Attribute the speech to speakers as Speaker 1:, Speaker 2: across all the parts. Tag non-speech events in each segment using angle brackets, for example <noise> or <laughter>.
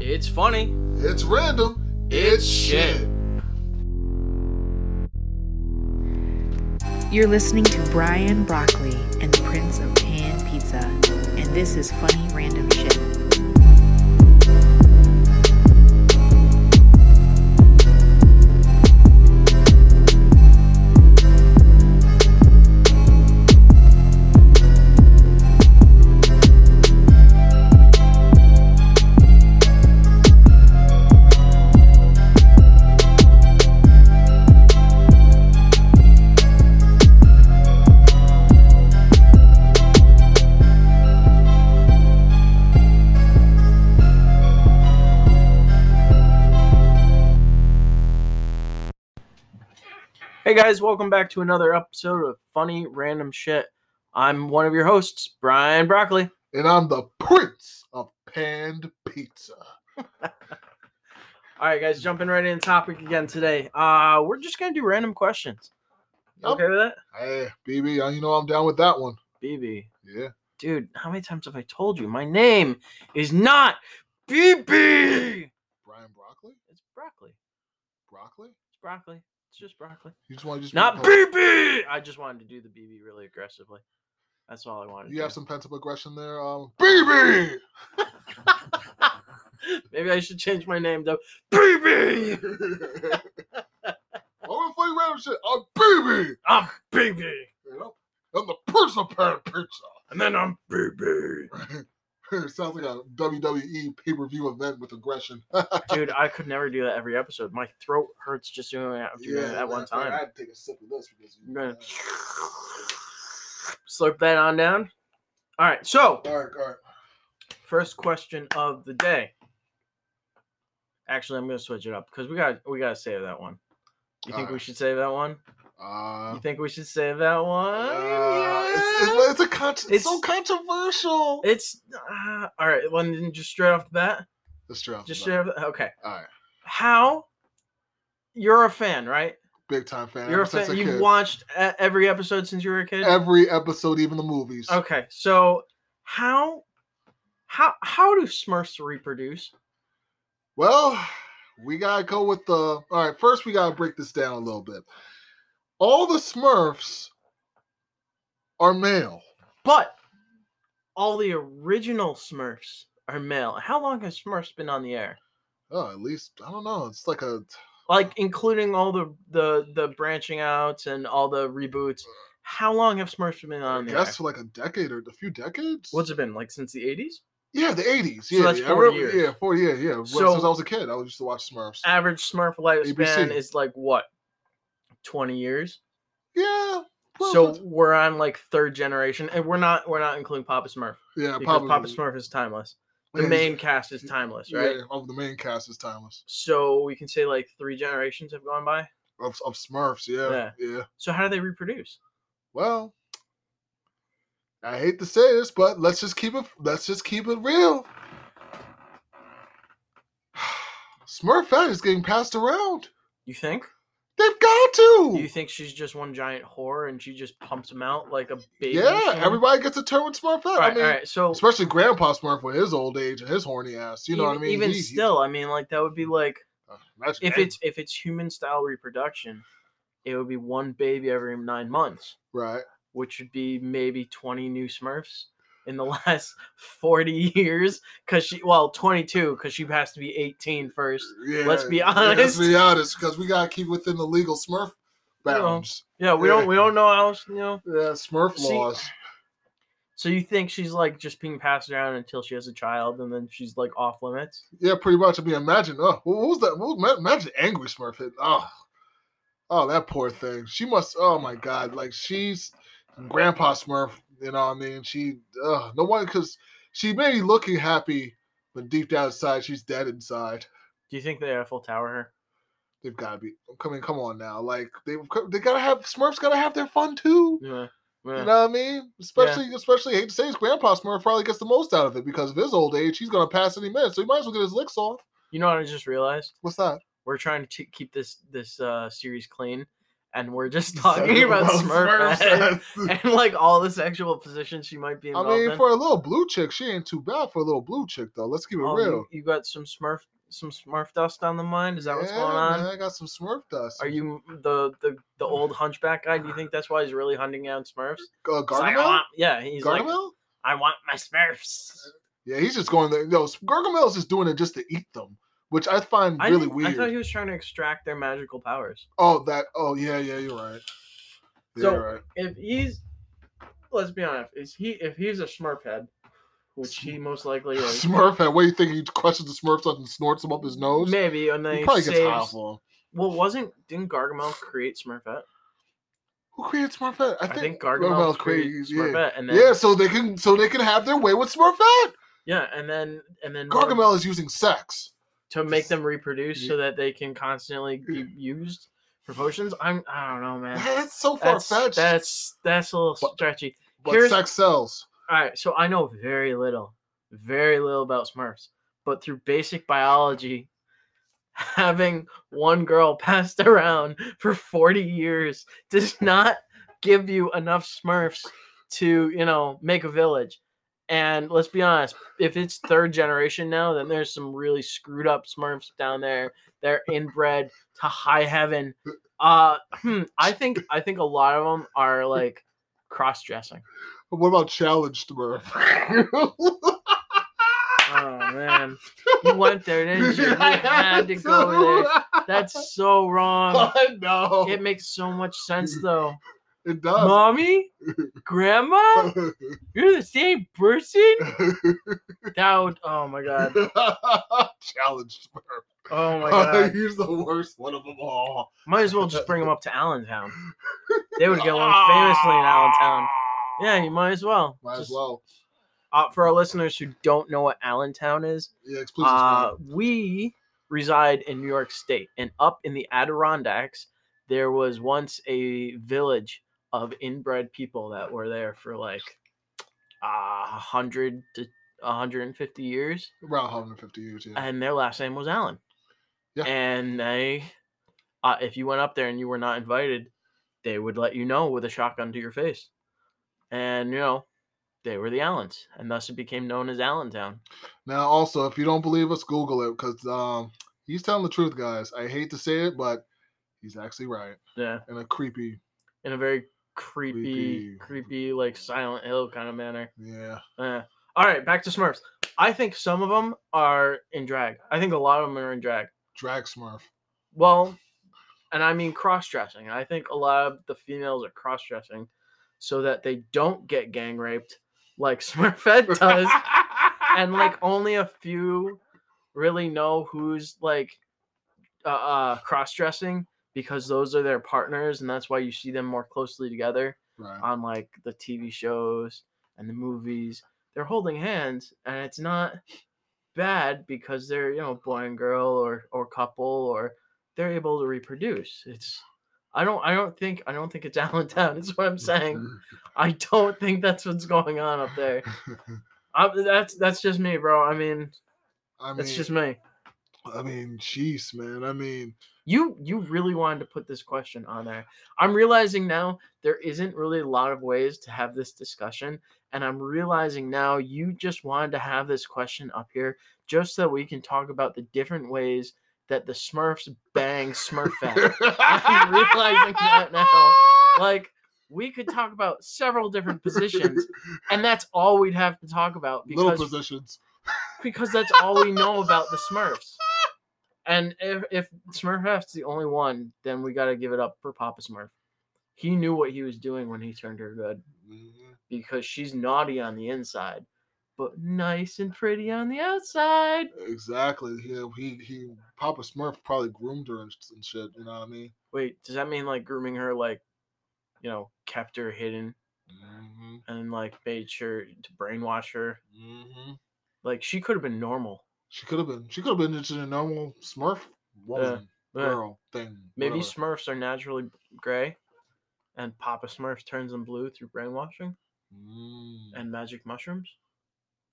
Speaker 1: It's funny.
Speaker 2: It's random.
Speaker 1: It's shit.
Speaker 3: You're listening to Brian Broccoli and the Prince of Pan Pizza, and this is funny random shit.
Speaker 1: Hey guys, welcome back to another episode of Funny Random Shit. I'm one of your hosts, Brian Broccoli.
Speaker 2: And I'm the prince of panned pizza.
Speaker 1: All right, guys, jumping right in topic again today. Uh, we're just gonna do random questions. You
Speaker 2: Yup.
Speaker 1: Okay with that,
Speaker 2: Hey, BB, I- you know I'm down with that one.
Speaker 1: BB?
Speaker 2: Yeah.
Speaker 1: Dude, how many times have I told you my name is not BB?
Speaker 2: Brian Broccoli?
Speaker 1: It's broccoli.
Speaker 2: Broccoli?
Speaker 1: It's broccoli. It's just broccoli.
Speaker 2: You just want to just be
Speaker 1: Not
Speaker 2: called-
Speaker 1: BB. I just wanted to do the BB really aggressively. That's all I wanted.
Speaker 2: You
Speaker 1: to
Speaker 2: have
Speaker 1: do.
Speaker 2: some pent up aggression there. Um, BB!
Speaker 1: <laughs> Maybe I should change my name to BB.
Speaker 2: I'm gonna play random shit. I'm BB!
Speaker 1: I'm BB,
Speaker 2: You know? I'm the prince of panned pizza. <laughs>
Speaker 1: and then I'm BB.
Speaker 2: Sounds like a WWE pay per view event with aggression.
Speaker 1: Dude, I could never do that every episode. My throat hurts just doing it after doing it at one
Speaker 2: I,
Speaker 1: time.
Speaker 2: I had to take a sip of this because
Speaker 1: I'm
Speaker 2: you.
Speaker 1: gonna slurp that on down. All right, so
Speaker 2: all right, all right.
Speaker 1: first question of the day. Actually, I'm gonna switch it up because we got we gotta save that one. You think we
Speaker 2: Alright.
Speaker 1: should save that one?
Speaker 2: Uh,
Speaker 1: You think we should save that one?
Speaker 2: uh, it's,
Speaker 1: Yeah.
Speaker 2: it's, it's a con- it's, so
Speaker 1: It's-
Speaker 2: controversial.
Speaker 1: It's uh, all right. One then just straight off the bat.
Speaker 2: Let's try.
Speaker 1: Just straight off. The, okay.
Speaker 2: All right,
Speaker 1: How? You're a fan, right?
Speaker 2: big time fan.
Speaker 1: You're
Speaker 2: ever
Speaker 1: a
Speaker 2: since
Speaker 1: fan.
Speaker 2: a
Speaker 1: You've
Speaker 2: kid.
Speaker 1: watched e- every episode since you were a kid.
Speaker 2: every episode, even the movies.
Speaker 1: Okay. So how? How how do Smurfs reproduce?
Speaker 2: Well, we gotta go with the. All right, first we gotta break this down a little bit. All the Smurfs are male.
Speaker 1: But all the original Smurfs are male. How long has Smurfs been on the air?
Speaker 2: Oh, at least I don't know. It's like a
Speaker 1: Like including all the the the branching outs and all the reboots. How long have Smurfs been
Speaker 2: Uh, I
Speaker 1: on the
Speaker 2: guess
Speaker 1: air?
Speaker 2: for like a decade or a few decades.
Speaker 1: What's it been like since the eighties?
Speaker 2: Yeah, the eighties.
Speaker 1: So
Speaker 2: Yeah,
Speaker 1: that's
Speaker 2: yeah, I
Speaker 1: 40
Speaker 2: remember-
Speaker 1: years.
Speaker 2: yeah, forty. Yeah, yeah. Well,
Speaker 1: So-
Speaker 2: since I was a kid, I used to watch Smurfs.
Speaker 1: Average Smurf lifespan
Speaker 2: ABC.
Speaker 1: is like what, twenty years?
Speaker 2: yeah. well,
Speaker 1: so
Speaker 2: that's-
Speaker 1: we're on like third generation, and we're not we're not including Papa Smurf
Speaker 2: yeah,
Speaker 1: because
Speaker 2: Uh, probably.
Speaker 1: Papa Smurf is timeless. The
Speaker 2: yeah,
Speaker 1: main cast is timeless, right?
Speaker 2: Yeah, of the main cast is timeless.
Speaker 1: So we can say like three generations have gone by.
Speaker 2: Of, of Smurfs, yeah, yeah.
Speaker 1: So how do they reproduce?
Speaker 2: Well, I hate to say this, but let's just keep it. Let's just keep it real. <sighs> Smurfette is getting passed around.
Speaker 1: You think?
Speaker 2: They've got to.
Speaker 1: Do you think she's just one giant whore and she just pumps them out like a baby?
Speaker 2: yeah,
Speaker 1: machine?
Speaker 2: everybody gets a turn with Smurfette.
Speaker 1: All right,
Speaker 2: I mean,
Speaker 1: all right. So
Speaker 2: especially Grandpa Smurf with his old age and his horny ass. You know
Speaker 1: even,
Speaker 2: what I mean?
Speaker 1: even
Speaker 2: He- he-
Speaker 1: still, I mean, like that would be like
Speaker 2: uh, imagine
Speaker 1: if
Speaker 2: that.
Speaker 1: it's if it's human style reproduction, it would be one baby every nine months,
Speaker 2: right,
Speaker 1: which would be maybe twenty new Smurfs in the <laughs> last forty years. Because she, well, twenty two, because she has to be 18 first.
Speaker 2: yeah,
Speaker 1: let's be
Speaker 2: yeah, let's
Speaker 1: honest.
Speaker 2: be honest, because we gotta keep within the legal Smurf
Speaker 1: You know,
Speaker 2: bounds.
Speaker 1: Yeah, we don't we don't know how else, you know.
Speaker 2: Yeah, Smurf
Speaker 1: See-
Speaker 2: laws.
Speaker 1: So you think she's like just being passed around until she has a child, and then she's like off limits?
Speaker 2: Yeah, pretty much. I mean, imagine. Oh, what what was that? What, ma- imagine angry Smurf. It- Oh, oh, that poor thing. She must. Oh my God. Like she's Grandpa Smurf. You know what I mean? She. Uh, no one, because she may be looking happy, but deep down inside, she's dead inside.
Speaker 1: Do you think they Eiffel Tower her?
Speaker 2: They've got to be. I mean, come on now. Like they, they gotta have Smurfs. Gotta have their fun too.
Speaker 1: Yeah.
Speaker 2: You
Speaker 1: yeah.
Speaker 2: know what I mean? Especially, especially hate to say, this, Grandpa Smurf probably gets the most out of it because of his old age. He's gonna pass any minute, so he might as well get his licks off.
Speaker 1: You know what I just realized?
Speaker 2: What's that?
Speaker 1: We're trying to keep this this uh, series clean. and we're just <laughs> talking about Smurfette
Speaker 2: Smurfs.
Speaker 1: <laughs> and like all the sexual positions she might be
Speaker 2: I
Speaker 1: involved
Speaker 2: mean,
Speaker 1: in.
Speaker 2: for a little blue chick, she ain't too bad for a little blue chick though. Let's keep it
Speaker 1: Oh,
Speaker 2: real.
Speaker 1: you, you got some Smurf, some Smurf dust on the mind. Is that what's
Speaker 2: Yeah,
Speaker 1: going on?
Speaker 2: man, I got some Smurf dust.
Speaker 1: Are you the, the the old hunchback guy? Do you think that's why he's really hunting down Smurfs?
Speaker 2: uh,
Speaker 1: He's like, I
Speaker 2: Gargamel?
Speaker 1: want- yeah, he's
Speaker 2: Gargamel?
Speaker 1: like, I want my Smurfs.
Speaker 2: yeah, he's just going there. No, Gargamel's just doing it just to eat them, which I find
Speaker 1: I,
Speaker 2: really
Speaker 1: think-
Speaker 2: weird.
Speaker 1: I thought he was trying to extract their magical powers.
Speaker 2: Oh, that. Oh, yeah, yeah, you're right. Yeah,
Speaker 1: So-
Speaker 2: you're right.
Speaker 1: If he's, let's be honest, is he if he's a Smurf head, which he most likely is,
Speaker 2: <laughs> Smurf, and what do you think? He crushes the Smurfs up and snorts them up his nose?
Speaker 1: maybe and then
Speaker 2: he
Speaker 1: he
Speaker 2: probably gets high
Speaker 1: saves.
Speaker 2: for 'em.
Speaker 1: Well, wasn't didn't Gargamel create Smurfette?
Speaker 2: Who created Smurfette?
Speaker 1: I think, Gargamel created
Speaker 2: yeah.
Speaker 1: Smurfette, and then
Speaker 2: Yeah, so they can so they can have their way with Smurfette.
Speaker 1: yeah, and then and then one of-
Speaker 2: Gargamel is using sex.
Speaker 1: to make them reproduce so that they can constantly be used for potions. I'm I don't know, man.
Speaker 2: That's so far
Speaker 1: That's
Speaker 2: fetched,
Speaker 1: that's that's a little
Speaker 2: But-
Speaker 1: stretchy.
Speaker 2: but
Speaker 1: here's-
Speaker 2: sex sells.
Speaker 1: All right, so I know very little, very little about Smurfs, but through basic biology, <laughs> having one girl <laughs> passed around for 40 years does not give you enough Smurfs to, you know, make a village. And let's be honest, if it's third generation now, then there's some really screwed up Smurfs down there. They're inbred to high heaven. Uh, hmm, I think I think a lot of them are like cross dressing.
Speaker 2: But what about
Speaker 1: <laughs>
Speaker 2: challenge Smurf?
Speaker 1: Oh man, you went there,
Speaker 2: <laughs>
Speaker 1: didn't you? You had to go there. That's so wrong.
Speaker 2: I know.
Speaker 1: It
Speaker 2: It,
Speaker 1: makes so much sense though.
Speaker 2: does.
Speaker 1: Mommy, grandma,
Speaker 2: <laughs>
Speaker 1: you're the same person. That would, oh my god,
Speaker 2: challenge Smurf.
Speaker 1: oh my god.
Speaker 2: <laughs> He's the worst one of them all.
Speaker 1: Might as well just bring them up to Allentown. They would get along famously in
Speaker 2: <laughs>
Speaker 1: Allentown. Yeah, you might as well.
Speaker 2: Ah. Might as
Speaker 1: Just-
Speaker 2: well.
Speaker 1: Uh, for our listeners who don't know what Allentown is,
Speaker 2: Yeah, please
Speaker 1: Uh, we reside in New York State, and up in the Adirondacks, there was once a village of inbred people that were there for like a hundred to hundred and fifty years,
Speaker 2: around 150 years. Yeah.
Speaker 1: and their last name was Allen.
Speaker 2: Yeah.
Speaker 1: And they, uh, if you went up there and you were not invited, they would let you know with a shotgun to your face, and you know. They were the Allens, and thus it became known as Allentown.
Speaker 2: Now, also, if you don't believe us, Google it because um, he's telling the truth, guys. I hate to say it, but he's actually right
Speaker 1: Yeah.
Speaker 2: in a creepy,
Speaker 1: in a very creepy,
Speaker 2: Creepy.
Speaker 1: creepy, like Silent Hill kind of manner.
Speaker 2: yeah.
Speaker 1: Eh. all right, back to Smurfs. I think some of them are in drag. I think a lot of them are in drag.
Speaker 2: Drag Smurf.
Speaker 1: Well, and I mean cross dressing. I think a lot of the females are cross dressing so that they don't get gang raped like <laughs> Smurfette
Speaker 2: <laughs>
Speaker 1: does, and like only a few really know who's like uh, uh cross dressing because those are their partners, and that's why you see them more closely together
Speaker 2: Right.
Speaker 1: on like the TV shows and the movies. They're holding hands, and it's not bad because they're you know boy and girl or or couple or they're able to reproduce. It's I don't I don't think I don't think it's <laughs> Allentown. Is what I'm
Speaker 2: Mm-hmm.
Speaker 1: saying.
Speaker 2: <laughs>
Speaker 1: I don't think that's what's going on up there. I, that's that's just me, bro. I mean,
Speaker 2: I mean,
Speaker 1: that's just me.
Speaker 2: I mean, jeez, man.
Speaker 1: <laughs>
Speaker 2: I mean,
Speaker 1: You you really wanted to put this question on there. I'm realizing now there isn't really a lot of ways to have this discussion, and I'm realizing now you just wanted to have this question up here just so we can talk about the different ways that the Smurfs bang Smurfette.
Speaker 2: <laughs>
Speaker 1: I'm realizing that now. like we could talk about several different positions, and that's all we'd have to talk about
Speaker 2: Little
Speaker 1: because
Speaker 2: positions.
Speaker 1: because that's all we know about the Smurfs. And if, if Smurfette's the only one, then we got to give it up for Papa Smurf. He knew what he was doing when he turned her good
Speaker 2: Mhm.
Speaker 1: because she's naughty on the inside, but nice and pretty on the outside.
Speaker 2: Exactly. He, he, he, Papa Smurf probably groomed her and, and shit. You know what I mean?
Speaker 1: Wait, does that mean like grooming her, like, you know, kept her hidden
Speaker 2: hmm
Speaker 1: and like made sure to brainwash her?
Speaker 2: hmm
Speaker 1: Like, she could have been normal.
Speaker 2: She could have been. She could have been just a normal Smurf woman,
Speaker 1: Eh,
Speaker 2: girl thing.
Speaker 1: Maybe
Speaker 2: whatever.
Speaker 1: Smurfs are naturally gray and Papa Smurf turns them blue through brainwashing.
Speaker 2: Mm.
Speaker 1: and magic mushrooms.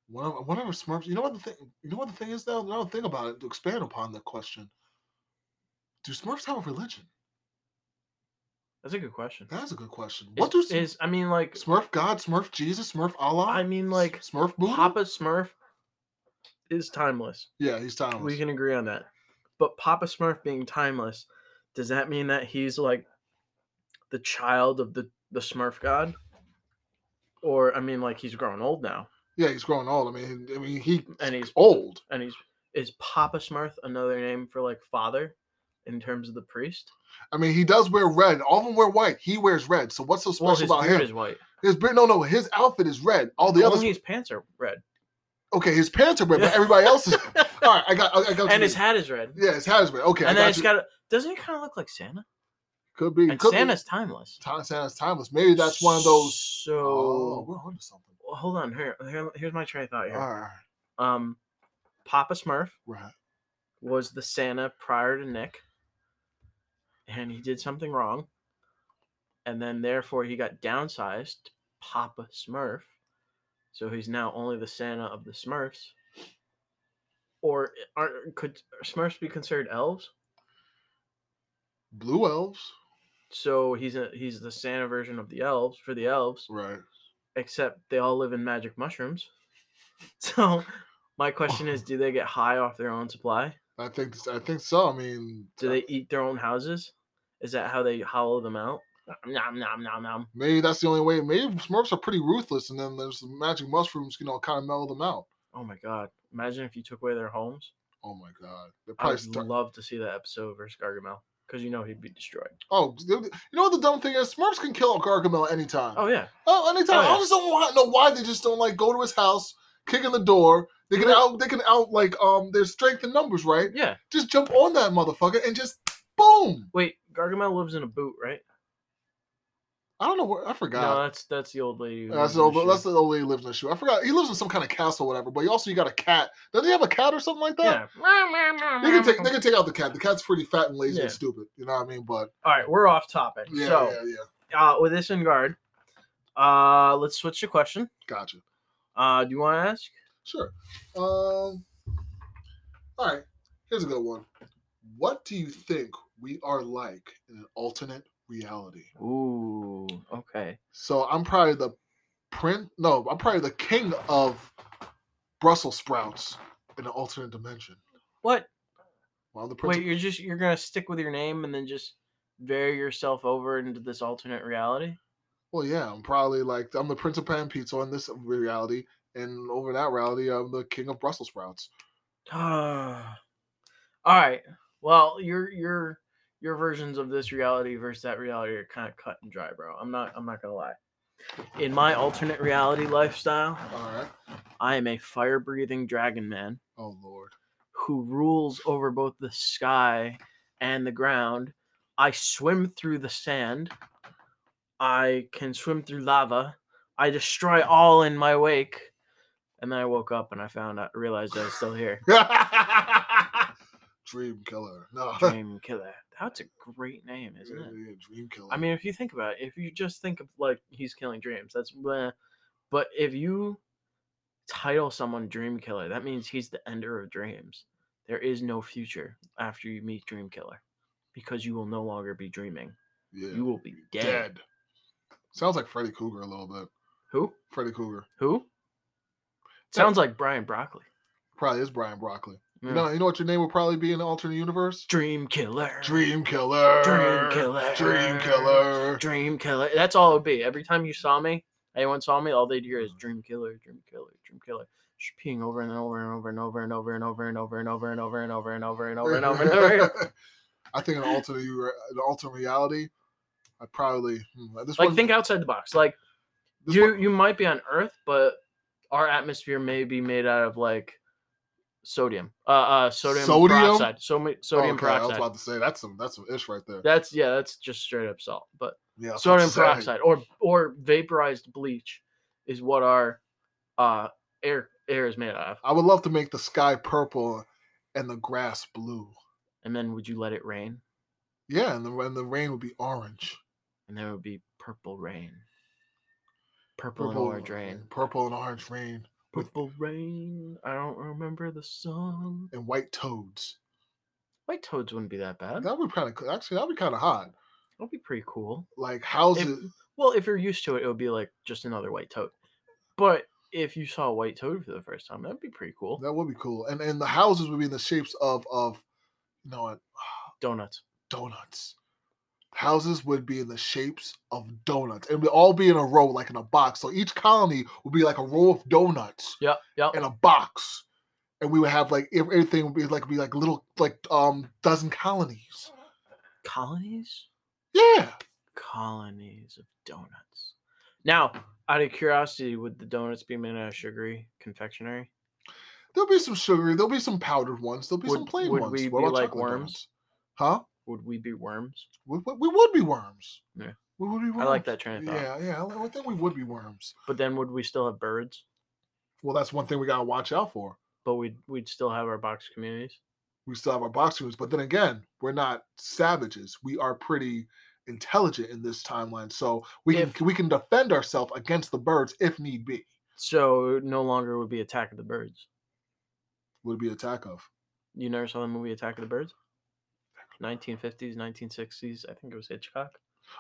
Speaker 2: whatever, whatever Smurfs. You know what the thing. You know what the thing is though. Now think about it. To expand upon the question, do Smurfs have a religion?
Speaker 1: That's a good question.
Speaker 2: That's a good question.
Speaker 1: Is-
Speaker 2: What do S-
Speaker 1: is I mean like
Speaker 2: Smurf God, Smurf Jesus, Smurf Allah?
Speaker 1: I mean like
Speaker 2: Smurf Buddha?
Speaker 1: Papa Smurf is timeless.
Speaker 2: yeah, he's timeless.
Speaker 1: We can agree on that. But Papa Smurf being timeless, does that mean that he's like the child of the the Smurf god? Or I mean like he's grown old now
Speaker 2: yeah, he's growing old. I mean, I mean, he
Speaker 1: and he's
Speaker 2: old.
Speaker 1: and he's is Papa Smurf another name for like father in terms of the priest?
Speaker 2: I mean, he does wear red. All of them wear white. He wears red. So what's so
Speaker 1: Well,
Speaker 2: special
Speaker 1: his
Speaker 2: about
Speaker 1: beard
Speaker 2: him?
Speaker 1: is white.
Speaker 2: His beard, no, no, his outfit is red. All the
Speaker 1: Only
Speaker 2: others,
Speaker 1: his pants are
Speaker 2: <laughs>
Speaker 1: red.
Speaker 2: okay, his pants are red, but everybody else is.
Speaker 1: <laughs>
Speaker 2: All right, I got, I got. what you
Speaker 1: and his
Speaker 2: mean.
Speaker 1: hat is red.
Speaker 2: yeah, his hat is red. Okay,
Speaker 1: and
Speaker 2: I
Speaker 1: then
Speaker 2: got
Speaker 1: it's
Speaker 2: you.
Speaker 1: got a, doesn't it kind of look like Santa?
Speaker 2: could be,
Speaker 1: And
Speaker 2: could
Speaker 1: Santa's timeless.
Speaker 2: be. Ti- Santa's timeless. Maybe that's one of those. oh,
Speaker 1: So
Speaker 2: we're onto something.
Speaker 1: well, hold on here, here. Here's my train of thought
Speaker 2: All
Speaker 1: here.
Speaker 2: right,
Speaker 1: Um, Papa Smurf
Speaker 2: right.
Speaker 1: was the Santa prior to Nick, and he did something wrong, and then therefore he got downsized to Papa Smurf, so he's now only the Santa of the Smurfs. Or are, could Smurfs be considered elves?
Speaker 2: Blue elves,
Speaker 1: So he's a, he's the Santa version of the elves for the elves.
Speaker 2: right?
Speaker 1: except they all live in magic mushrooms. <laughs> So my question <laughs> is, do they get high off their own supply?
Speaker 2: I think, I think so. I mean,
Speaker 1: Do they eat their own houses? Is that how they hollow them out? Nom nom nom nom.
Speaker 2: Maybe that's the only way. Maybe Smurfs are pretty ruthless, and then there's the magic mushrooms, you know, kind of mellow them out.
Speaker 1: Oh my god. Imagine if you took away their homes.
Speaker 2: Oh my god, they're
Speaker 1: I
Speaker 2: probably
Speaker 1: would
Speaker 2: start-
Speaker 1: love to see that episode versus Gargamel. Because you know he'd be destroyed.
Speaker 2: Oh, you know what the dumb thing is? Smurfs can kill Gargamel anytime.
Speaker 1: Oh yeah.
Speaker 2: Oh, anytime.
Speaker 1: Oh, yeah.
Speaker 2: I just don't wa- know why they just don't like go to his house, kick in the door. They can out. They can out like um their strength in numbers, right?
Speaker 1: Yeah.
Speaker 2: Just jump on that motherfucker and just boom.
Speaker 1: Wait, Gargamel lives in a boot, right?
Speaker 2: I don't know where I
Speaker 1: No,
Speaker 2: forgot.
Speaker 1: that's that's the old lady. who
Speaker 2: that's
Speaker 1: lives
Speaker 2: the
Speaker 1: in
Speaker 2: old,
Speaker 1: the
Speaker 2: that's
Speaker 1: shoe.
Speaker 2: the old lady lives in the shoe. I forgot he lives in some kind of castle, or whatever. But you also you got a cat. Doesn't he have a cat or something like that?
Speaker 1: yeah.
Speaker 2: They
Speaker 1: <laughs>
Speaker 2: can take they can take out the cat. The cat's pretty fat and lazy
Speaker 1: Yeah.
Speaker 2: and stupid. You know what I mean? But
Speaker 1: All right, we're off topic.
Speaker 2: yeah,
Speaker 1: so
Speaker 2: yeah, yeah.
Speaker 1: uh, with this in guard, uh, let's switch the question.
Speaker 2: Gotcha.
Speaker 1: Uh, do you want to ask?
Speaker 2: Sure. Um. All right. Here's a good one. What do you think we are like in an alternate reality?
Speaker 1: Ooh, okay.
Speaker 2: So I'm probably the print. No, I'm probably the king of Brussels sprouts in an alternate dimension.
Speaker 1: What?
Speaker 2: Well, I'm the prince.
Speaker 1: Wait, you're just you're gonna stick with your name and then just vary yourself over into this alternate <sighs> reality?
Speaker 2: well, yeah, I'm probably like I'm the prince of pan pizza in this reality, and over in that reality, I'm the king of Brussels sprouts.
Speaker 1: Ah. All right. Well, your your your versions of this reality versus that reality are kind of cut and dry, bro. I'm not I'm not gonna lie. In my alternate reality lifestyle,
Speaker 2: All right.
Speaker 1: I am a fire breathing dragon man.
Speaker 2: Oh Lord. <laughs>
Speaker 1: who rules over both the sky and the ground. I swim through the sand. I can swim through lava. I destroy all in my wake. And then I woke up and I found out, realized I was still
Speaker 2: <laughs>
Speaker 1: here.
Speaker 2: Dream killer. No.
Speaker 1: Dream Killer. That's a great name, isn't
Speaker 2: Yeah,
Speaker 1: it?
Speaker 2: <laughs> yeah, dream killer.
Speaker 1: I mean, if you think about it, if you just think of like he's killing dreams, that's bleh. But if you title someone Dream Killer, that means he's the ender of dreams. There is no future after you meet Dream Killer because you will no longer be dreaming.
Speaker 2: yeah.
Speaker 1: You will be dead.
Speaker 2: Sounds like Freddy Cougar a little bit.
Speaker 1: Who?
Speaker 2: Freddy Cougar
Speaker 1: Who? Sounds like Brian Broccoli.
Speaker 2: probably is Brian Broccoli.
Speaker 1: Yeah.
Speaker 2: You know, you know what your name would probably be in the alternate universe?
Speaker 1: Dream Killer.
Speaker 2: Dream Killer.
Speaker 1: Dream Killer.
Speaker 2: Dream <laughs> Killer.
Speaker 1: Dream Killer. That's all it would be. Every time you saw me, anyone saw me, all they'd hear
Speaker 2: Mm-hmm.
Speaker 1: is Dream Killer, Dream Killer, Dream Killer. Just peeing over and over and over and over and over and over and over and over and over and over and over and over and over and
Speaker 2: <laughs>
Speaker 1: over.
Speaker 2: I think an alternate, u- an alternate reality. I probably hmm, this
Speaker 1: Like
Speaker 2: one-
Speaker 1: think outside the box. Like
Speaker 2: this
Speaker 1: you
Speaker 2: one-
Speaker 1: you might be on Earth, but our atmosphere may be made out of like sodium. Uh uh sodium,
Speaker 2: Sodium?
Speaker 1: peroxide. So ma- sodium
Speaker 2: Oh, okay, I was
Speaker 1: peroxide.
Speaker 2: about to say that's some that's some ish right there.
Speaker 1: That's yeah, that's just straight up salt. But
Speaker 2: Yeah, that's what I'm
Speaker 1: sodium
Speaker 2: saying.
Speaker 1: peroxide or or vaporized bleach is what our uh air air is made out of.
Speaker 2: I would love to make the sky purple and the grass blue.
Speaker 1: and then would you let it rain?
Speaker 2: Yeah, and the and the rain would be orange.
Speaker 1: And there would be purple rain. Purple, and orange rain.
Speaker 2: Purple and orange rain with-
Speaker 1: Purple rain. I don't remember the song.
Speaker 2: and white toads.
Speaker 1: White toads wouldn't be that bad.
Speaker 2: That would kind of actually that'd be kind of hot.
Speaker 1: That'd be pretty cool.
Speaker 2: Like houses.
Speaker 1: Well, if you're used to it, it would be like just another white toad. But if you saw a white toad for the first time, that'd be pretty cool.
Speaker 2: that would be cool. And and the houses would be in the shapes of of you know what
Speaker 1: Donuts.
Speaker 2: donuts. Houses would be in the shapes of donuts. It would all be in a row, like in a box. So each colony would be like a row of donuts
Speaker 1: Yep, yep.
Speaker 2: in a box. And we would have like ev- everything would be like be like little like um dozen colonies.
Speaker 1: Colonies?
Speaker 2: Yeah.
Speaker 1: Colonies of donuts. Now, out of curiosity, would the donuts be made out of sugary confectionery?
Speaker 2: There'll be some sugary, there'll be some powdered ones, there'll be some
Speaker 1: Would-
Speaker 2: plain
Speaker 1: would
Speaker 2: ones.
Speaker 1: we
Speaker 2: What
Speaker 1: be
Speaker 2: about
Speaker 1: like
Speaker 2: chocolate
Speaker 1: worms?
Speaker 2: donuts? Huh?
Speaker 1: Would we be worms?
Speaker 2: We, we, we would be worms.
Speaker 1: Yeah.
Speaker 2: We would be worms.
Speaker 1: I like that train of thought.
Speaker 2: Yeah, yeah. I li- I think we would be worms.
Speaker 1: But then would we still have birds?
Speaker 2: Well, that's one thing we gotta watch out for.
Speaker 1: But we'd we'd still have our box communities.
Speaker 2: we still have our boxing rooms. But then again, we're not savages. We are pretty intelligent in this timeline, so we
Speaker 1: If-
Speaker 2: can we can defend ourselves against the birds if need be.
Speaker 1: So it no longer would be Attack of the Birds.
Speaker 2: Would be attack of.
Speaker 1: You never saw the movie Attack of the Birds? 1950s, 1960s. I think it was Hitchcock.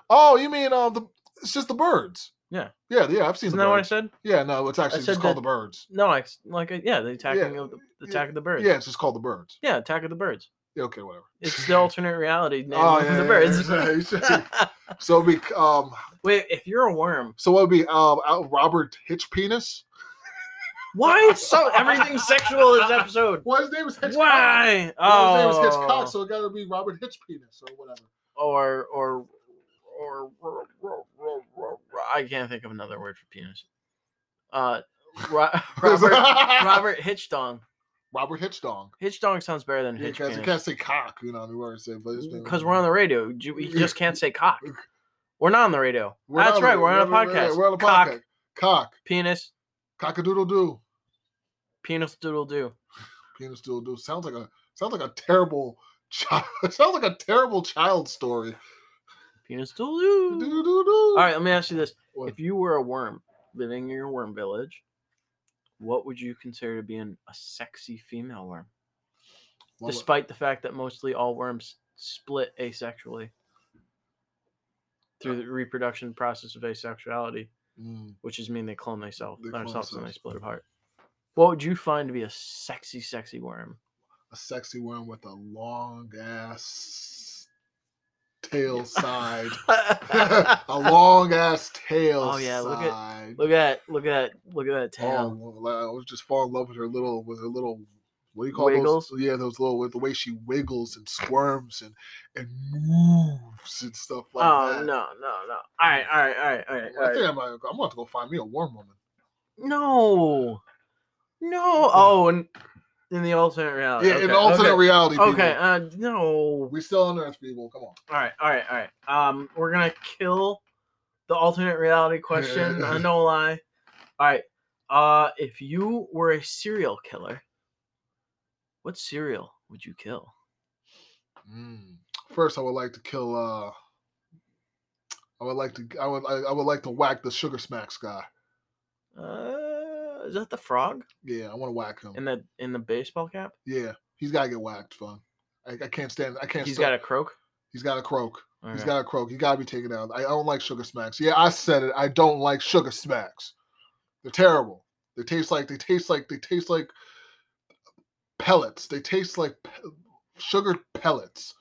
Speaker 2: Oh, you mean uh, the it's just the birds?
Speaker 1: Yeah.
Speaker 2: yeah, yeah. I've seen
Speaker 1: Isn't
Speaker 2: the
Speaker 1: that what I
Speaker 2: birds.
Speaker 1: said?
Speaker 2: Yeah, no, it's actually
Speaker 1: said
Speaker 2: just called
Speaker 1: that-
Speaker 2: the birds.
Speaker 1: No, I, like I- yeah, the attacking of the, the
Speaker 2: yeah,
Speaker 1: Attack of the Birds.
Speaker 2: Yeah, it's just called the birds.
Speaker 1: Yeah, Attack of the Birds.
Speaker 2: Yeah, okay, whatever.
Speaker 1: It's the alternate reality name
Speaker 2: Oh,
Speaker 1: of
Speaker 2: yeah,
Speaker 1: the
Speaker 2: yeah,
Speaker 1: birds.
Speaker 2: yeah, so it'd be um,
Speaker 1: <laughs> Wait, if you're a worm,
Speaker 2: so it'd be um, Al- Robert Hitch penis.
Speaker 1: why is so everything sexual in this episode?
Speaker 2: Well, his name is Hitchcock.
Speaker 1: Why?
Speaker 2: Well,
Speaker 1: Oh,
Speaker 2: his name is Hitchcock, so it gotta be Robert Hitch penis or whatever.
Speaker 1: or or or ro- ro- ro- ro- ro- I can't think of another word for penis. Uh, Ro- <laughs>
Speaker 2: <laughs>
Speaker 1: Robert Robert Hitchdong.
Speaker 2: Robert Hitchdong.
Speaker 1: Hitchdong sounds better than hitch
Speaker 2: Because you can't say cock, you know what I mean? We're saying, but it's been-
Speaker 1: because we're on the radio. You-
Speaker 2: <laughs>
Speaker 1: We just can't say cock. We're not on the radio.
Speaker 2: We're
Speaker 1: That's
Speaker 2: on the-
Speaker 1: right. We're on a
Speaker 2: the-
Speaker 1: podcast.
Speaker 2: We're on a
Speaker 1: cock,
Speaker 2: podcast. Cock,
Speaker 1: penis,
Speaker 2: cock a doodle doo,
Speaker 1: penis doodle do.
Speaker 2: penis doodle doo. Sounds like a sounds like a terrible <laughs> child. sounds like a terrible child story.
Speaker 1: Penis doodle do.
Speaker 2: Doodle doo doo.
Speaker 1: All right, let me ask you this.
Speaker 2: What?
Speaker 1: If you were a worm living in your worm village, what would you consider to be an, a sexy female worm?
Speaker 2: Well, uh
Speaker 1: despite the fact that mostly all worms split asexually
Speaker 2: Uh
Speaker 1: through the reproduction process of asexuality,
Speaker 2: mm,
Speaker 1: which is mean they clone themselves,
Speaker 2: They clone
Speaker 1: themselves and they
Speaker 2: themselves.
Speaker 1: split apart. What would you find to be a sexy, sexy
Speaker 2: <laughs>
Speaker 1: worm? <laughs>
Speaker 2: a sexy one with a long ass tail side. <laughs>
Speaker 1: <laughs>
Speaker 2: a long ass tail.
Speaker 1: Oh, yeah, look at-
Speaker 2: side.
Speaker 1: look at look at look at that
Speaker 2: Oh,
Speaker 1: tail.
Speaker 2: well, I was just fall in love with her little with her little what do you call
Speaker 1: Wiggles?
Speaker 2: those? Yeah, those little with the way she wiggles and squirms and and moves and stuff like
Speaker 1: Oh,
Speaker 2: that.
Speaker 1: no, no, no. All right, all right, all right, all right. All
Speaker 2: I
Speaker 1: right.
Speaker 2: think I'm gonna, I'm gonna have to go find me a worm woman.
Speaker 1: No. No. Oh, and in the alternate reality.
Speaker 2: Yeah,
Speaker 1: Oh, okay,
Speaker 2: in alternate
Speaker 1: okay.
Speaker 2: reality, people.
Speaker 1: Okay, uh, no.
Speaker 2: We still on Earth, people. Come on.
Speaker 1: All right, all right, all right. Um, we're gonna kill the alternate reality question.
Speaker 2: <laughs>
Speaker 1: uh, no lie. All right. Uh, if you were a serial killer, what serial would you kill?
Speaker 2: Mm. First, I would like to kill. uh I would like to. I would. I, I would like to whack the sugar smacks guy.
Speaker 1: Uh, is that the frog
Speaker 2: Yeah, I want to whack him.
Speaker 1: in the in the baseball cap?
Speaker 2: yeah, he's gotta get whacked, fun. I, I can't stand. I can't.
Speaker 1: He's
Speaker 2: stand,
Speaker 1: got a croak.
Speaker 2: He's got a croak. He's
Speaker 1: Okay.
Speaker 2: got a croak. He got to be taken out. I don't like sugar smacks. Yeah, I said it. I don't like sugar smacks. They're terrible. They taste like they taste like they taste like pellets. They taste like pe- sugar pellets.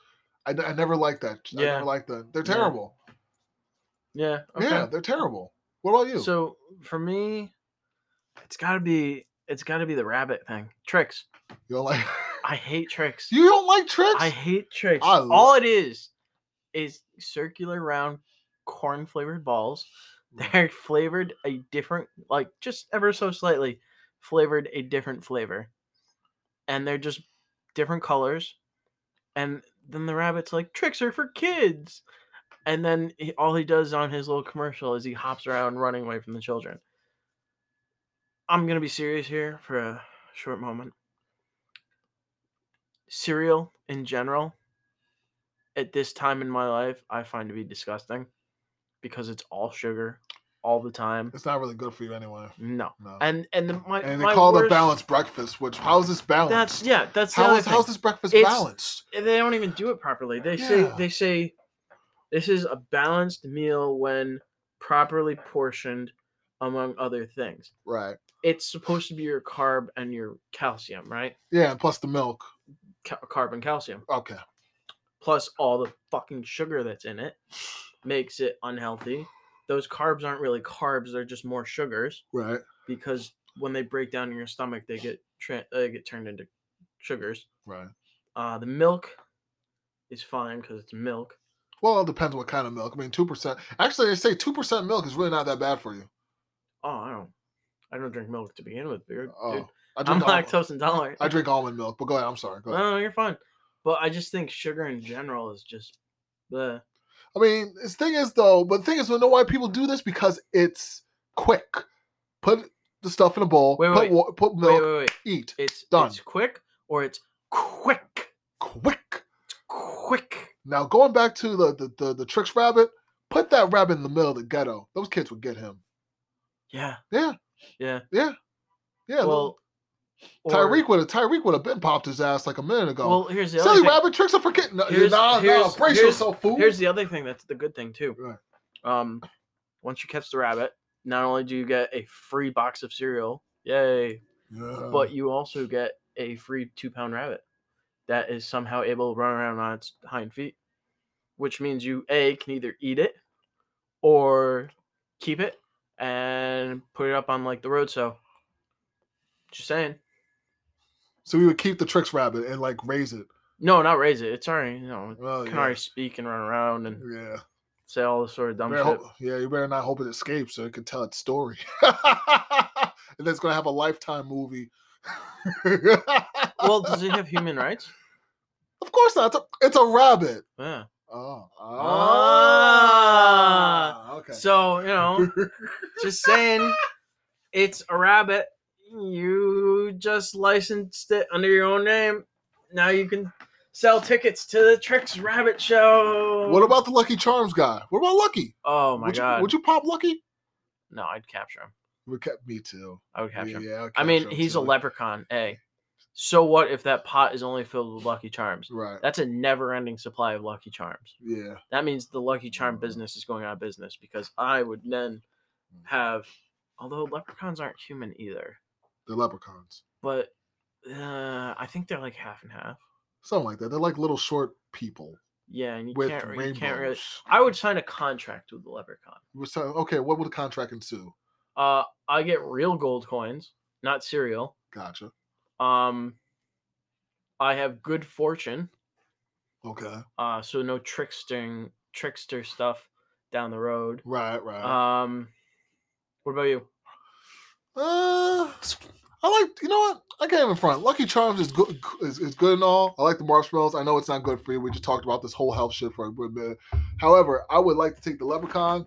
Speaker 2: I, n- I never liked that. I
Speaker 1: Yeah.
Speaker 2: never liked that. They're
Speaker 1: Yeah.
Speaker 2: terrible.
Speaker 1: yeah.
Speaker 2: Yeah, they're terrible. What about you?
Speaker 1: So for me, it's gotta be it's gotta be the rabbit thing. Tricks.
Speaker 2: you don't like <laughs>
Speaker 1: I hate tricks.
Speaker 2: you don't like tricks.
Speaker 1: I hate tricks.
Speaker 2: I lo-
Speaker 1: All it is is circular round corn flavored balls. <laughs>
Speaker 2: Mm.
Speaker 1: They're flavored a different, like just ever so slightly, flavored a different flavor, and they're just different colors. And then the rabbit's like, "Tricks are for kids," and then he, all he does on his little commercial is he hops around running away from the children. I'm gonna be serious here for a short moment. Cereal in general, at this time in my life, I find to be disgusting because it's all sugar all the time.
Speaker 2: it's not really good for you anyway.
Speaker 1: No,
Speaker 2: No. Oh. And,
Speaker 1: and and the, my
Speaker 2: they
Speaker 1: my
Speaker 2: call it a
Speaker 1: worst-
Speaker 2: balanced breakfast. Which how's this balanced?
Speaker 1: That's yeah. That's the
Speaker 2: how
Speaker 1: other
Speaker 2: is how's
Speaker 1: thing.
Speaker 2: this breakfast
Speaker 1: It's-
Speaker 2: balanced?
Speaker 1: They don't even do it properly. They say
Speaker 2: Yeah.
Speaker 1: they say This is a balanced meal when properly portioned, among other things.
Speaker 2: Right.
Speaker 1: It's supposed to be your carb and your calcium, right?
Speaker 2: Yeah, and plus the milk.
Speaker 1: Ca- carb and calcium,
Speaker 2: Okay.
Speaker 1: plus all the fucking sugar that's in it, makes it unhealthy. Those carbs aren't really carbs; they're just more sugars
Speaker 2: Right.
Speaker 1: because when they break down in your stomach, they get tra- they get turned into sugars.
Speaker 2: Right.
Speaker 1: Uh, the milk is fine because it's milk.
Speaker 2: Well, it depends what kind of milk. I mean, two percent. Actually, they say two percent milk is really not that bad for you.
Speaker 1: Oh, I don't, I don't drink milk to begin with, dude.
Speaker 2: Oh,
Speaker 1: dude.
Speaker 2: I
Speaker 1: I'm
Speaker 2: drink almond.
Speaker 1: lactose intolerant.
Speaker 2: I drink almond milk, but go ahead. I'm sorry. Go
Speaker 1: No,
Speaker 2: ahead.
Speaker 1: no, you're fine. But I just think sugar in general is just the
Speaker 2: I mean, the thing is though, but the thing is, we know why people do this because it's quick. Put the stuff in a bowl.
Speaker 1: Wait,
Speaker 2: put
Speaker 1: wait,
Speaker 2: wa- put
Speaker 1: wait,
Speaker 2: milk.
Speaker 1: wait, wait.
Speaker 2: Eat
Speaker 1: It's
Speaker 2: Done.
Speaker 1: it's quick or it's quick,
Speaker 2: quick.
Speaker 1: quick.
Speaker 2: Now going back to the the the, the tricks rabbit. Put that rabbit in the middle of the ghetto. Those kids would get him.
Speaker 1: Yeah,
Speaker 2: Yeah.
Speaker 1: yeah.
Speaker 2: Yeah.
Speaker 1: well, or-
Speaker 2: Tyreek would have Tyreek would have been popped his ass like a minute ago.
Speaker 1: Well, here's the other
Speaker 2: Silly
Speaker 1: thing.
Speaker 2: rabbit tricks are for kids. No,
Speaker 1: Here's-
Speaker 2: nah, nah,
Speaker 1: here's-
Speaker 2: brace
Speaker 1: here's-
Speaker 2: yourself, fool.
Speaker 1: Here's the other thing that's the good thing too.
Speaker 2: Right.
Speaker 1: Um, once you catch the rabbit, not only do you get a free box of cereal, yay,
Speaker 2: Yeah.
Speaker 1: but you also get a free two pound rabbit that is somehow able to run around on its hind feet, which means you a can either eat it or keep it and put it up on like the road. So, just saying.
Speaker 2: so we would keep the tricks rabbit and like raise it.
Speaker 1: No, not raise it. It's already you know it
Speaker 2: Oh,
Speaker 1: can
Speaker 2: yeah.
Speaker 1: already speak and run around and
Speaker 2: Yeah.
Speaker 1: say all this sort of dumb
Speaker 2: Better
Speaker 1: shit.
Speaker 2: hope- yeah, you better not hope it escapes so it can tell its story. <laughs> and it's gonna have a lifetime movie. <laughs>
Speaker 1: well, does it have human rights?
Speaker 2: of course not. It's a, it's a rabbit.
Speaker 1: Yeah.
Speaker 2: Oh.
Speaker 1: Ah.
Speaker 2: Ah, okay.
Speaker 1: So, you
Speaker 2: <laughs>
Speaker 1: know, just saying it's a rabbit. You just licensed it under your own name. Now you can sell tickets to the Tricks Rabbit Show.
Speaker 2: what about the Lucky Charms guy? What about Lucky?
Speaker 1: Oh my
Speaker 2: would
Speaker 1: god.
Speaker 2: You, would you pop Lucky?
Speaker 1: No, I'd capture him.
Speaker 2: We kept me too.
Speaker 1: I would capture him.
Speaker 2: Yeah, I'd
Speaker 1: I mean,
Speaker 2: capture him,
Speaker 1: he's a
Speaker 2: too.
Speaker 1: leprechaun, A. So what if that pot is only filled with Lucky Charms?
Speaker 2: Right.
Speaker 1: That's a never-ending supply of Lucky Charms.
Speaker 2: Yeah.
Speaker 1: that means the lucky charm
Speaker 2: Mm.
Speaker 1: business is going out of business because I would then
Speaker 2: Mm.
Speaker 1: have although leprechauns aren't human either,
Speaker 2: They're leprechauns.
Speaker 1: but uh, I think they're like half and half.
Speaker 2: Something like that. They're like little short people
Speaker 1: Yeah, and you
Speaker 2: with
Speaker 1: can't re- you
Speaker 2: rainbows.
Speaker 1: can't really I would sign a contract with the leprechaun.
Speaker 2: You were saying- okay, what would the contract ensue?
Speaker 1: Uh I get real gold coins, not cereal.
Speaker 2: Gotcha.
Speaker 1: Um I have good fortune,
Speaker 2: Okay.
Speaker 1: uh so no trickstering trickster stuff down the road.
Speaker 2: Right, right.
Speaker 1: Um what about you?
Speaker 2: Uh, I like. You know what? I can't even front. Lucky Charms is good. Is, is good and all. I like the marshmallows. I know it's not good for you. We just talked about this whole health shit for a good minute. However, I would like to take the leprechaun,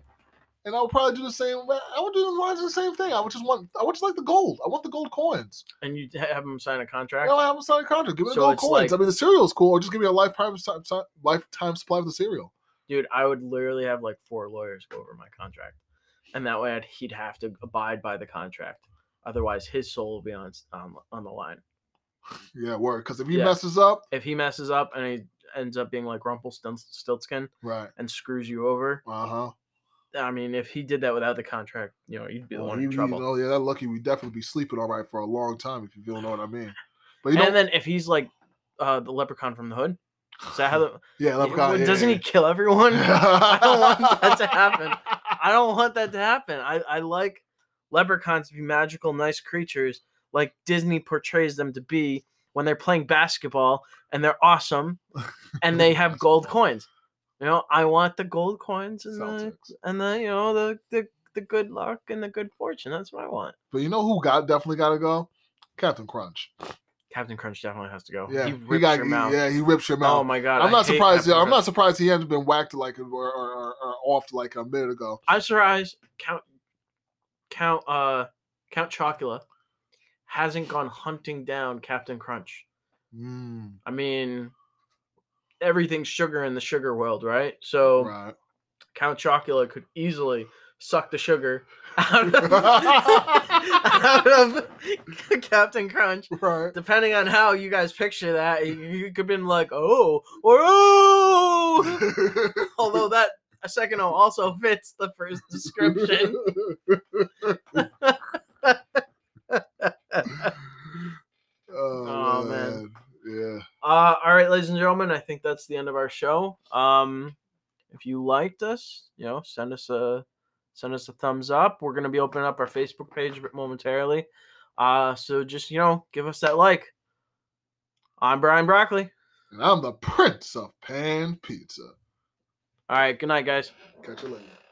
Speaker 2: and I would probably do the same. I would do the lines of the same thing. I would just want. I would just like the gold. I want the gold coins.
Speaker 1: And you have him sign a
Speaker 2: I
Speaker 1: contract?
Speaker 2: don't have a signed contract. Give me the
Speaker 1: So
Speaker 2: gold
Speaker 1: it's
Speaker 2: coins. I
Speaker 1: like-
Speaker 2: mean, the cereal is cool. Or just give me a lifetime si- si- lifetime supply of the cereal.
Speaker 1: dude, I would literally have like four lawyers go over my contract, and that way I'd, he'd have to abide by the contract. Otherwise, his soul will be on s- on, on the line.
Speaker 2: Yeah, word. Because if he
Speaker 1: Yeah.
Speaker 2: messes up,
Speaker 1: If he messes up and he ends up being like Rumpelstiltskin
Speaker 2: right.
Speaker 1: and screws you over,
Speaker 2: Uh huh.
Speaker 1: I mean, if he did that without the contract, you know, you'd be the
Speaker 2: Well,
Speaker 1: one
Speaker 2: Oh, you-
Speaker 1: in trouble.
Speaker 2: You know, yeah, that lucky we definitely be sleeping all right for a long time if you don't know what I mean. But you know,
Speaker 1: and then if he's like uh, the leprechaun from the hood, is that how the,
Speaker 2: <laughs> yeah, leprechaun. yeah,
Speaker 1: doesn't
Speaker 2: yeah.
Speaker 1: he kill everyone?
Speaker 2: <laughs> I
Speaker 1: don't want that to
Speaker 2: <laughs>
Speaker 1: happen. <laughs> I don't want that to happen. I, I like leprechauns to be magical, nice creatures like Disney portrays them to be when they're playing basketball and they're awesome and they
Speaker 2: <laughs>
Speaker 1: have gold
Speaker 2: Basketball.
Speaker 1: coins. You know, I want the gold coins and the,
Speaker 2: Celtics.
Speaker 1: and the you know the, the the good luck and the good fortune. That's what I want.
Speaker 2: But you know who got definitely got to go? Captain Crunch.
Speaker 1: Captain Crunch definitely has to go.
Speaker 2: Yeah,
Speaker 1: Oh, he
Speaker 2: he,
Speaker 1: rips
Speaker 2: got.
Speaker 1: your
Speaker 2: he-
Speaker 1: mouth.
Speaker 2: yeah, he rips your
Speaker 1: oh
Speaker 2: mouth.
Speaker 1: my god!
Speaker 2: I'm
Speaker 1: I
Speaker 2: not
Speaker 1: hate
Speaker 2: surprised.
Speaker 1: Captain
Speaker 2: Yeah, I'm
Speaker 1: Crunch.
Speaker 2: not surprised he hasn't been whacked like or, or, or, or off like a minute ago.
Speaker 1: I'm surprised Count Count uh Count Chocula hasn't gone hunting down Captain Crunch.
Speaker 2: Mm,
Speaker 1: I mean, everything's sugar in the sugar world, right? So
Speaker 2: right. <laughs>
Speaker 1: <laughs> Count Chocula could easily suck the sugar out of, out of <laughs> Captain Crunch.
Speaker 2: right.
Speaker 1: <laughs> Depending on how you guys picture that, you- you could have been like, oh, or oh. <laughs> Although that a second O also fits the first
Speaker 2: <laughs>
Speaker 1: description.
Speaker 2: oh,
Speaker 1: Aw,
Speaker 2: man.
Speaker 1: man.
Speaker 2: Yeah.
Speaker 1: Uh, all right, ladies and gentlemen, I think that's the end of our show. Um, if you liked us, you know, send us a send us a thumbs up. We're gonna be opening up our Facebook page momentarily. Uh, so just you know, give us that like. I'm Brian Broccoli.
Speaker 2: And I'm the prince of pan pizza.
Speaker 1: All right, good night, guys.
Speaker 2: Catch you later.